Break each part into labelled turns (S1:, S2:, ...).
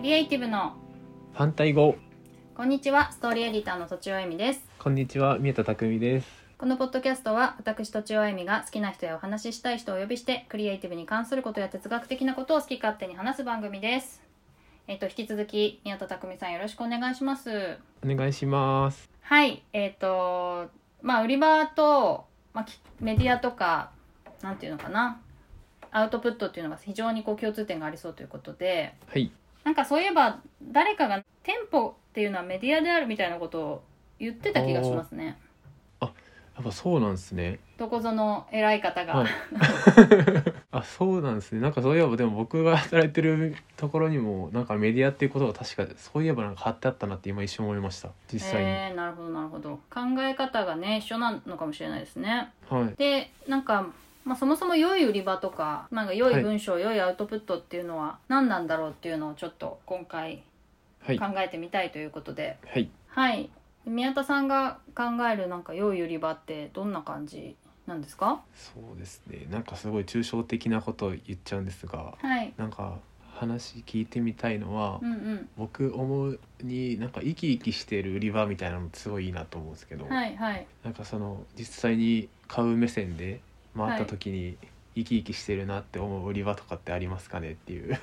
S1: リエイティブの
S2: 反対語
S1: こんにちはストーリーエディターのとちおえみです
S2: こんにちは宮田匠です
S1: このポッドキャストは私とちおえみが好きな人やお話ししたい人をお呼びしてクリエイティブに関することや哲学的なことを好き勝手に話す番組ですえっ、と引き続き宮田匠さんよろしくお願いします
S2: お願いします
S1: はいえっ、とまあ売り場と、まあ、きメディアとかなんていうのかなアウトプットっていうのが非常にこう共通点がありそうということで
S2: はい
S1: なんかそういえば誰かが店舗っていうのはメディアであるみたいなことを言ってた気がしますね
S2: やっぱそうなんですね
S1: どこぞの偉い方が、
S2: はいあそうなんですねなんかそういえばでも僕が働いてるところにもなんかメディアっていうことが確かそういえばなんか貼ってあったなって今一瞬思いました実際に、
S1: えー、なるほどなるほど考え方がね一緒なのかもしれないですね
S2: はい
S1: でなんか、まあ、そもそも良い売り場とかなんか良
S2: はいい
S1: 文章、良いアウトプットっていうのは何なんだろうっていうのをちょっと今回
S2: はい
S1: 考えてみたいということで
S2: はい
S1: はい宮田さんが考えるなんか良い売り場ってどんな感じなんですか
S2: そうですねなんかすごい抽象的なことを言っちゃうんですが
S1: はい
S2: なんか話聞いてみたいのは、
S1: うんうん
S2: 僕思うになんか生き生きしてる売り場みたいなのすごいいいなと思うんですけど、
S1: はいはい
S2: なんかその実際に買う目線で回った時に生き生きしてるなって思う売り場とかってありますかねっ ていう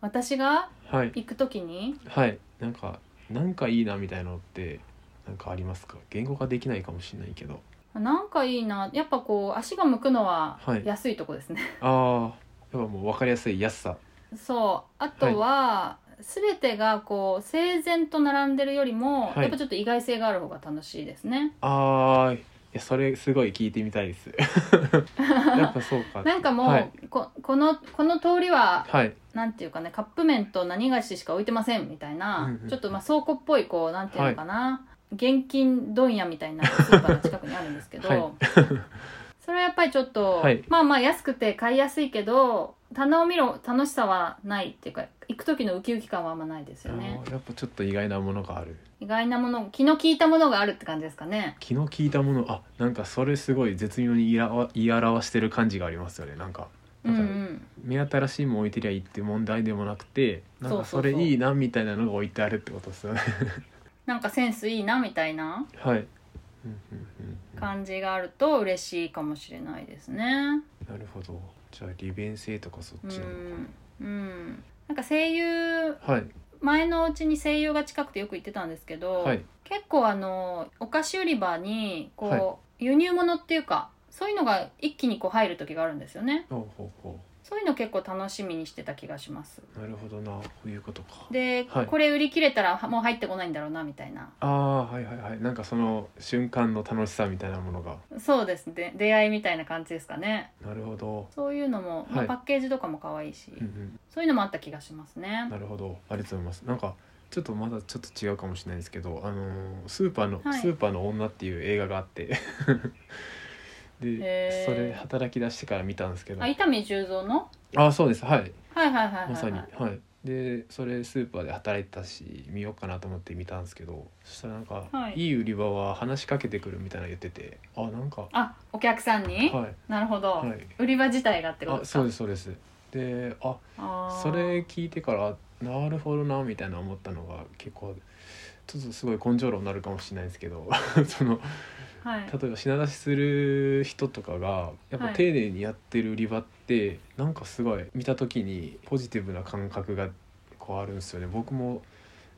S1: 私が
S2: はい
S1: 行く時に
S2: はいなんかなんかいいなみたいなのってなんかありますか言語化できないかもしれないけど
S1: なんかいいなやっぱこう足が向くのは
S2: はい
S1: 安いとこですね、
S2: ああやっぱもう分かりやすい安さ
S1: そうあとは、全てがこう整然と並んでるよりも、
S2: はい
S1: やっぱちょっと意外性がある方が楽しいですね
S2: あーいやそれすごい聞いてみたいです やっぱそうか
S1: なんかもう、
S2: はい
S1: ここのこの通りは
S2: はい
S1: なんていうかねカップ麺と何菓子しか置いてませんみたいな、
S2: うんうん
S1: ちょっとまあ倉庫っぽいこうなんていうのかな、現金問屋みたいなスーパーの近くにあるんですけど、
S2: はい
S1: それはやっぱりちょっと、
S2: はい
S1: まあまあ安くて買いやすいけど棚を見ろ楽しさはないっていうか行く時のウキウキ感はあんまないですよね
S2: あーやっぱちょっと意外なものがある
S1: 意外なもの気の利いたものがあるって感じですかね
S2: 気の利いたものあなんかそれすごい絶妙に言いあわ言い表してる感じがありますよねなんか
S1: う
S2: なん
S1: んう
S2: か
S1: ん
S2: 目新しいもん置いてりゃいいって問題でもなくてなんか
S1: そう
S2: そ
S1: そうそう
S2: れいいなみたいなのが置いてあるってことです よね
S1: なんかセンスいいなみたいな
S2: はい、うんうんうんうん、な
S1: 感じがあると嬉しいかもしれないですね
S2: るほどじゃあ利便性とかそっ
S1: う
S2: ちなのか
S1: んうんなんか声優
S2: なはい
S1: 前のうちに声優が近くてよく行ってたんですけど、
S2: はい
S1: 結構あのお菓子売り場にこう、
S2: は
S1: 輸入物っていうかそういうのが一気にこう入る時があるんですよね
S2: ほうほうほ
S1: そういうの結構楽しみにしてた気がします
S2: うなるほどなこういうことか
S1: で、
S2: はい
S1: これ売り切れたらもう入ってこないんだろうなみたいな
S2: ああはいはいはいなんかその瞬間の楽しさみたいなものが
S1: そうですね出会いみたいな感じですかね
S2: なるほど
S1: そういうのも、まあ
S2: はい
S1: パッケージとかも可愛いし、
S2: うんうん
S1: そういうのもあった気がしますね
S2: なるほどありがとうございますなんかちょっとまだちょっと違うかもしれないですけどあのースーパーの、
S1: はい
S2: スーパーの女っていう映画があって
S1: へー
S2: でそれ働き出してから見たんですけど
S1: あ伊丹十三の
S2: ああそうですはい
S1: はいはいはいはい、はい、
S2: まさにはいでそれスーパーで働いてたし見ようかなと思って見たんですけどそしたらなんか、
S1: はい
S2: い、い売り場は話しかけてくるみたいなの言っててあなんかは
S1: あお客さんに、
S2: いは
S1: なるほど、
S2: い
S1: 売り場自体がってこと
S2: あ
S1: ですか
S2: そうですそうですであ
S1: あー
S2: それ聞いてからなるほどなみたいな思ったのが結構ちょっとすごい根性論になるかもしれないですけど その
S1: はい
S2: 例えば品出しする人とかがやっぱ
S1: はい
S2: 丁寧にやってる売り場って、なんかすごい見た時にポジティブな感覚がこうあるんですよね僕も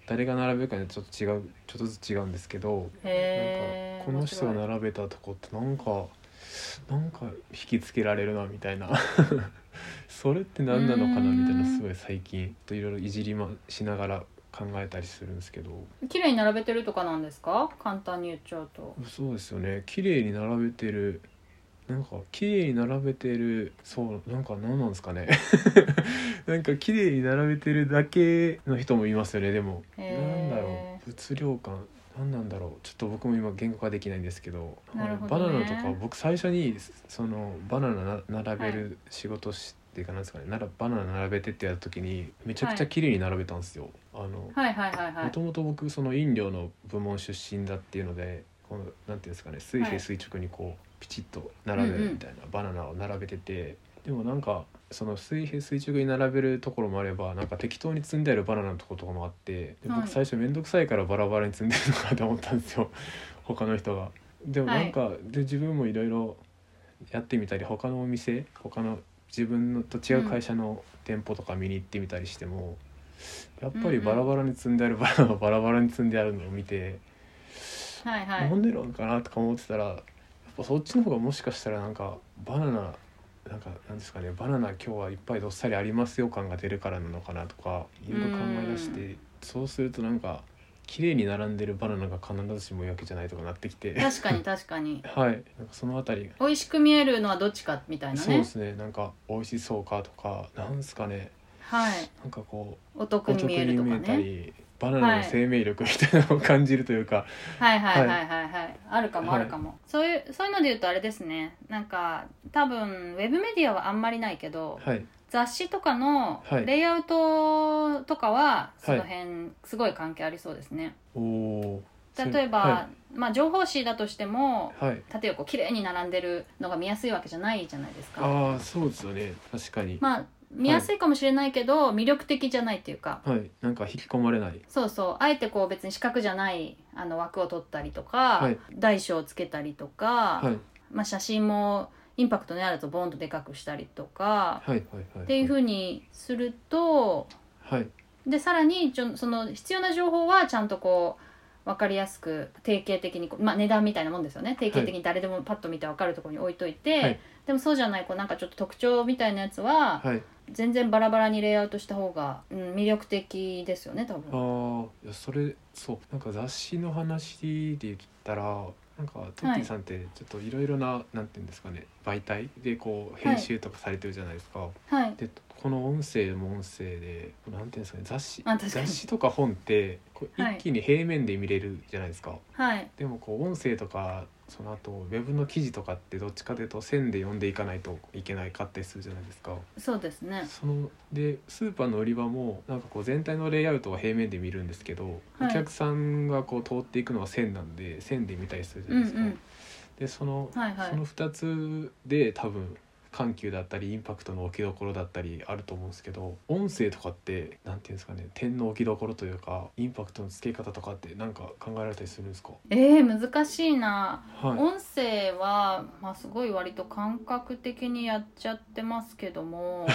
S2: 誰が並べるかによってちょっと違うちょっとずつ違うんですけどなん
S1: へ
S2: か
S1: ー
S2: この人が並べたとこってなんかなんか引きつけられるなみたい なそれって何なのかなみたいう
S1: ー
S2: な
S1: ん
S2: すごい最近といろいろいじりましながら考えたりするんですけど
S1: 綺麗に並べてるとかなんですか簡単に言っちゃうと
S2: そうですよね綺麗に並べてるなんか綺麗に並べてるそうなんか何なんですかね なんか綺麗に並べてるだけの人もいますよねでも
S1: へ
S2: なん
S1: ー
S2: だろう物量感なんなんだろうちょっと僕も今言語化できないんですけど
S1: なるほ
S2: バ
S1: どね
S2: ナナとか僕最初にそのバナナな並べる仕事し、っていうかなんですかねならバナナ並べてってやった時にめちゃくちゃ綺麗に並べたんですよ。あの
S1: はいはいはいは
S2: も
S1: い
S2: ともと僕その飲料の部門出身だっていうのでこのなんていうんですかね水
S1: はい
S2: 平垂直にこうピチッと並べるみたいな、バナナを並べててでもなんかその水平垂直に並べるところもあればなんか適当に積んであるバナナのところとかもあってで
S1: はい
S2: 僕最初面倒くさいからバラバラに積んでるのかなと思ったんですよ 他の人が。でもなんか、で自分もいろいろやってみたり他のお店他の自分のと違う会社の店舗とか見に行ってみたりしても、やっぱりバラバラに積んであるバ ナナをバラバラに積んであるのを見て、
S1: はいは
S2: ないんでなんかなとか思ってたらやっぱそっちの方がもしかしたらなんかバナナなんかなんですかねバナナ今日はいっぱいどっさりありますよ感が出るからなのかなとかいろいろ考え出してそうするとなんか綺麗に並んでるバナナが必ずしもいいわけじゃないとかなって きて
S1: 確かに確かに
S2: はいなんかそのあたりが
S1: 美味しく見えるのはどっちかみたいな
S2: そうで
S1: ね
S2: すねなんか美味しそうかとかなんですかね
S1: はい
S2: なんかこ
S1: お
S2: う
S1: 得
S2: お
S1: に
S2: 得
S1: 見える
S2: に
S1: と
S2: 見
S1: か
S2: えた
S1: ね
S2: りバナナの生命力みたいなのを感じるというか
S1: はいはいはいは
S2: はい
S1: はいあるかもあ
S2: はい
S1: るかも、そういうそういうので言うとあれですねなんか多分ウェブメディアはあんまりないけど、
S2: はい
S1: 雑誌とかの
S2: はい
S1: レイアウトとかはその
S2: はい
S1: 辺すごい関係ありそうですね、
S2: おおー
S1: 例えば、
S2: は
S1: まあ、情報誌だとしても
S2: い、はい
S1: 縦横綺麗に並んでるのが見やすいわけじゃないじゃないですか
S2: ああそうですよね確かに、
S1: まあ見やすいかもしれないけど、魅力的じゃないっていうか
S2: はいなんか引き込まれない
S1: そうそうあえてこう別に四角じゃないあの枠を取ったりとか、
S2: はい
S1: 大小をつけたりとか、
S2: はい
S1: まあ、写真もインパクトのあるとボンとでかくしたりとか、
S2: はいはいはい
S1: っていうふうにすると
S2: はい
S1: でさらにちょその必要な情報はちゃんとこう分かりやすく定型的にこう、まあ、値段みたいなもんですよね定型的に誰でもパッと見て分かるところに置いといて、
S2: はい
S1: でもそうじゃないこうなんかちょっと特徴みたいなやつは
S2: はい
S1: 全然バラバラにレイアウトした方が、うん、魅力的ですよね多
S2: あ
S1: 分。
S2: あいやそれそうなんか雑誌の話で言ったらなんかトッティさんってちょっといろいろななんていうんですかね媒体でこう編集とかされてるじゃないですか、
S1: はい、
S2: でこの音声も音声でなんていうんですかね雑誌
S1: あ確かに
S2: 雑誌とか本ってこう
S1: はい
S2: 一気に平面で見れるじゃないですか、
S1: はい
S2: でもこう音声とかその後ウェブの記事とかってどっちかというと線で読んでいかないといけないかったりするじゃないですか。
S1: そうですね
S2: そのでスーパーの売り場もなんかこう全体のレイアウトは平面で見るんですけど、
S1: はい
S2: お客さんがこう通っていくのは線なんで線で見たりするじゃ
S1: うんう
S2: ないですか。
S1: ん
S2: でその、
S1: はいはい
S2: その2つで多分緩急だったりインパクトの置きどころだったりあると思うんですけど音声とかってなんていうんですかね点の置きどころというかインパクトの付け方とかってなんか考えられたりするんですか、
S1: えー、難しいな
S2: はい、
S1: 音声は、まあ、すごい割と感覚的にやっちゃってますけど も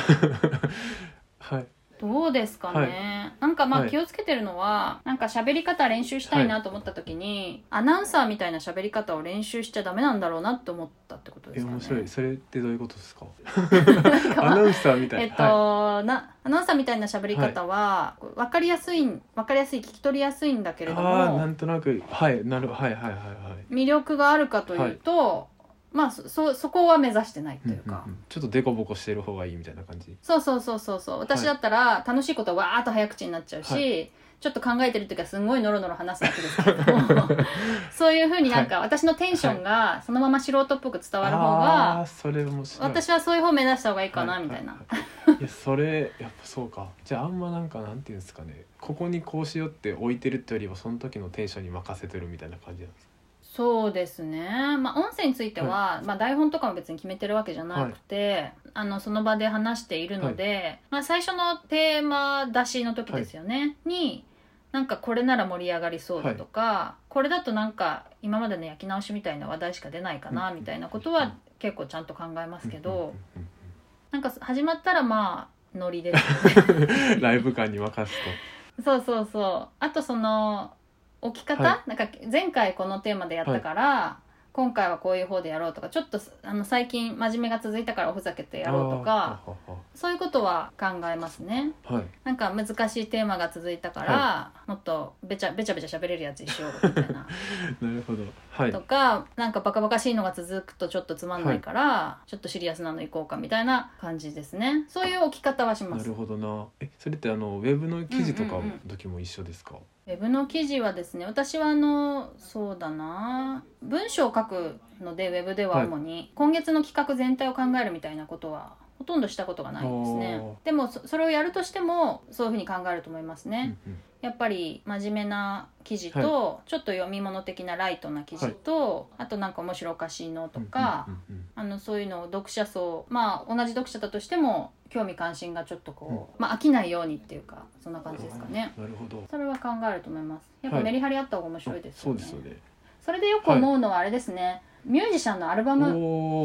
S2: はい
S1: どうですかね、
S2: はい
S1: なんかまあ
S2: はい
S1: 気をつけてるのは、なんか喋り方練習したいなと思った時に、アナウンサーみたいな喋り方を練習しちゃダメなんだろうなって思ったってことで
S2: え
S1: すかね
S2: 面白いそれってどういうことです か
S1: なんかまあ
S2: アナウンサーみたい
S1: え
S2: な、
S1: っと、
S2: は
S1: なアナウンサーみたいな喋り方は、わ分かりやすいん分かりやすい聞き取りやすいんだけ
S2: い、
S1: れど
S2: ああな
S1: も
S2: んとなくはいなるはいはいはいはい
S1: 魅力があるかというと、まあそ そそこは目指してないというか、
S2: んんんちょっとデコボコしてる方がいいみたいな感じ
S1: そうそうそうそうそう私だったら楽しいことはわーっと早口になっちゃうし、
S2: は
S1: ちょっと考えてる時はすんごいノロノロ話すわけですけど もそういうふうになんか私のテンションがそのまま素人っぽく伝わる方が、
S2: あーそれ面白い
S1: 私はそういう方を目指した方がいいかな
S2: は
S1: みたいな、
S2: ははいやそれやっぱそうかじゃああんまなんかなんていうんですかねここにこうしようって置いてるってよりはその時のテンションに任せてるみたいな感じなんです
S1: そうですね、まあ、音声については、まあ、台本とかも別に決めてるわけじゃなくて、あのその場で話しているので、まあ、最初のテーマ出しの時ですよね、になんかこれなら盛り上がりそうだとか、これだとなんか今までの焼き直しみたいな話題しか出ないかな
S2: うん
S1: みたいなこと
S2: うん
S1: は結構ちゃんと考えますけど、
S2: うんうん
S1: なんか始まったらまあノリです
S2: うん うんライブ感に任す
S1: そうそうそうあとその置き方、
S2: は
S1: なんか前回このテーマでやったから、今回はこういう方でやろうとかちょっとあの最近真面目が続いたからおふざけて
S2: と
S1: やろうとか
S2: あーは
S1: そういうことは考えますね
S2: ははい
S1: なんか難しいテーマが続いたから、もっとべちゃべちゃべちゃ喋れるやつにしようみたいな
S2: なるほどはい
S1: とかなんかバカバカしいのが続くとちょっとつまんないから、ちょっとシリアスなのいこうかみたいな感じですねそういう置き方はしま
S2: な
S1: す
S2: るほどなえそれってあのウェブの記事とか
S1: うんうん
S2: の
S1: うん
S2: 時も一緒ですか、
S1: ウェブの記事はですね私はあのそうだな文章を書くのでウェブでは
S2: はい
S1: 主に、今月の企画全体を考えるみたいなことはほとんどしたことがないですね
S2: お
S1: でもそそれをやるとしてもそういうふうに考えると思います
S2: う
S1: ね
S2: ん、うん
S1: やっぱり真面目な記事と、ちょっと読み物的なライトな記事と、あとなんか面白おかしいのとか、
S2: うんうんうん
S1: あのそういうのを読者層まあ同じ読者だとしても興味関心がちょっとこう、まあ飽きないようにっていうかそんな感じですかね。
S2: なるほど。
S1: それは考えると思います。やっぱ
S2: はい
S1: メリハリあった方が面白いです
S2: そ
S1: よ
S2: う
S1: ね。
S2: ですよね。
S1: それでよく思うのはあれですね、ミュージシャンのアルバム
S2: お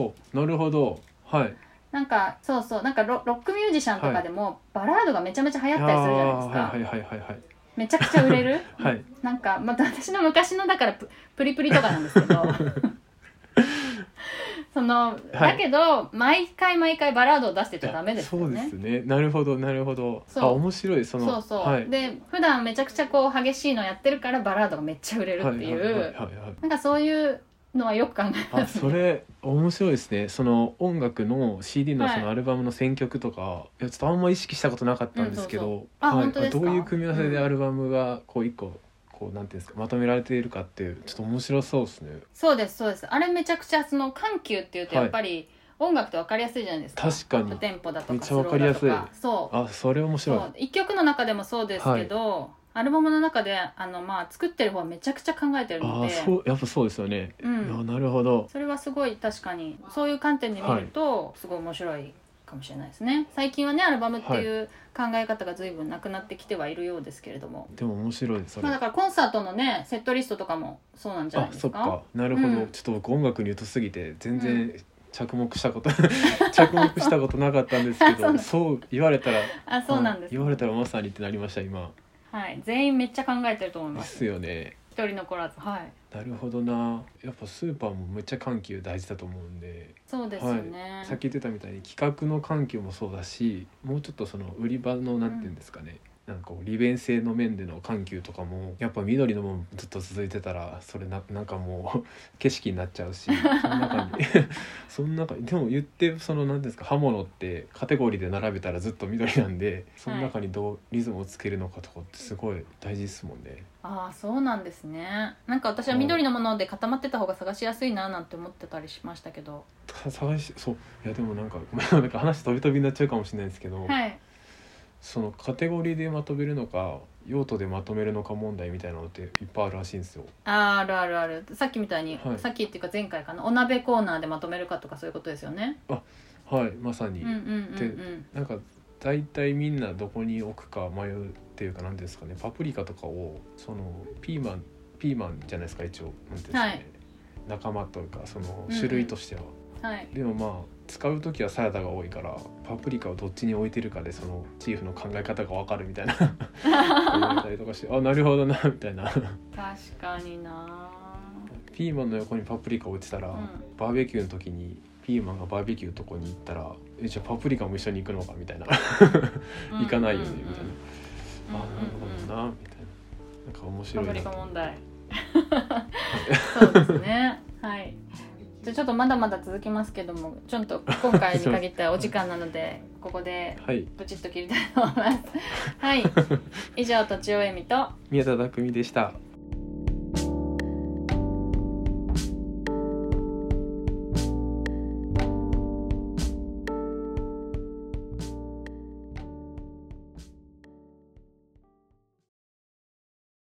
S2: お、なるほど。はい。
S1: なんかそうそうなんかロロックミュージシャンとかでも、バラードがめちゃめちゃ流行ったりするじゃないですか、
S2: あーはいはいはいはい
S1: めちゃくちゃ売れる
S2: はい。はい。
S1: なんかまた私の昔のだからププリプリとかなんですけ どそのだけど、毎回毎回バラードを出してちゃダメですよ
S2: いや
S1: ね
S2: そうですね。なるほどなるほど。
S1: そう
S2: あ面白いそ
S1: そ
S2: の
S1: うそう、
S2: はい。
S1: で普段めちゃくちゃこう激しいのやってるからバラードがめっちゃ売れるっていう、
S2: はいはいはいはいはい
S1: なんかそういうのはよく考え
S2: あそれ面白いですねその音楽の CD の
S1: はい
S2: そのアルバムの選曲とか、い、やちょっとあんま意識したことなかったんですけ
S1: うん
S2: ど、
S1: うあ
S2: はい
S1: 本当ですか
S2: どういう組み合わせで
S1: うん
S2: アルバムがこう一個こうなんていうんですかまとめられているかっていうちょっと面白そうですね
S1: そうですそうですあれめちゃくちゃその緩急っていうとやっぱり音楽って分かりやすいじゃないですか、
S2: 確かに
S1: アップテンポだと
S2: めっ
S1: か
S2: ちゃ分かりやすい
S1: スローだとかそう
S2: あそれ面白い
S1: そう一曲の中でもそうですけど、アルバムの中であの、まあ、作ってる方はめちゃくちゃ考えてるの
S2: あ
S1: で
S2: そうやっぱそうですよね、
S1: う
S2: いや
S1: ん、
S2: なるほど
S1: それはすごい確かにそういう観点で見ると、すごい面白いかもしれないですね最近はねアルバムっていう考え方が随分なくなってきてはいるようですけれども、
S2: でも面白いそれ、
S1: まあ、だからコンサートのねセットリストとかもそうなんじゃな
S2: あ
S1: いです
S2: そっ
S1: か
S2: かなるほど、
S1: うん
S2: ちょっと僕音楽に疎すぎて全
S1: う
S2: 然着目したこと、 着目したことなかったんですけ
S1: そうな
S2: ど
S1: ん
S2: そう言われたら
S1: あそうなんです、
S2: 言われたらまさにってなりました今
S1: はい、全員めっちゃ考えてると思い
S2: で
S1: ます
S2: すよね
S1: 一人残らずはい
S2: なるほどなやっぱスーパーもめっちゃ緩急大事だと思うんで、
S1: そうですよね、
S2: さっき言ってたみたいに企画の緩急もそうだしもうちょっとその売り場のなんていうんですかね、なんかこう利便性の面での緩急とかもやっぱ緑のもんずっと続いてたらそれななんかもう 景色になっちゃうしその中に その中にでも言ってそのなんていうんですか刃物ってカテゴリーで並べたらずっと緑なんでその中にどうリズムをつけるのかとかってすごい大事ですもんね。
S1: ああそうなんですねなんか私は緑のもので固まってた方が探しやすいななんて思ってたりしましたけど
S2: た探しそういやでもなんかなんか話飛び飛びになっちゃうかもしれないですけど、
S1: はい
S2: そのカテゴリーでまとめるのか用途でまとめるのか問題みたいなのっていっぱいあるらしいんですよ。
S1: あーあるあるあるさっきみたいに、
S2: はい
S1: さっきっていうか前回かなお鍋コーナーでまとめるかとかそういうことですよね
S2: はいまさに、
S1: うんうんうんうん
S2: なんか大体みんなどこに置くか迷うっていうか何ですかねパプリカとかをそのピーマンピーマンじゃないですか一応なんていうんですかね、
S1: はい
S2: 仲間というかその
S1: うんうん
S2: 種類としては。
S1: はい
S2: でもまあ使う時はサラダが多いからパプリカをどっちに置いてるかでそのチーフの考え方がわかる みたいな言われたりとかしてあなるほどなみたいな
S1: 確かにな
S2: ピーマンの横にパプリカ置いてたら、
S1: うん
S2: バーベキューの時にピーマンがバーベキューのとこに行ったらえじゃあパプリカも一緒に行くのかみたいな行かないよねみたいな、あなるほど
S1: な
S2: なみたいななんか面
S1: パ
S2: 白い
S1: ブ
S2: な
S1: リカ問題そうですねはいじゃあちょっとまだまだ続きますけどもちょっと今回に限ったお時間なのでここで
S2: はい
S1: ブチッと切りたいと思います。はい。以上、とちおえみと。
S2: 宮田匠でした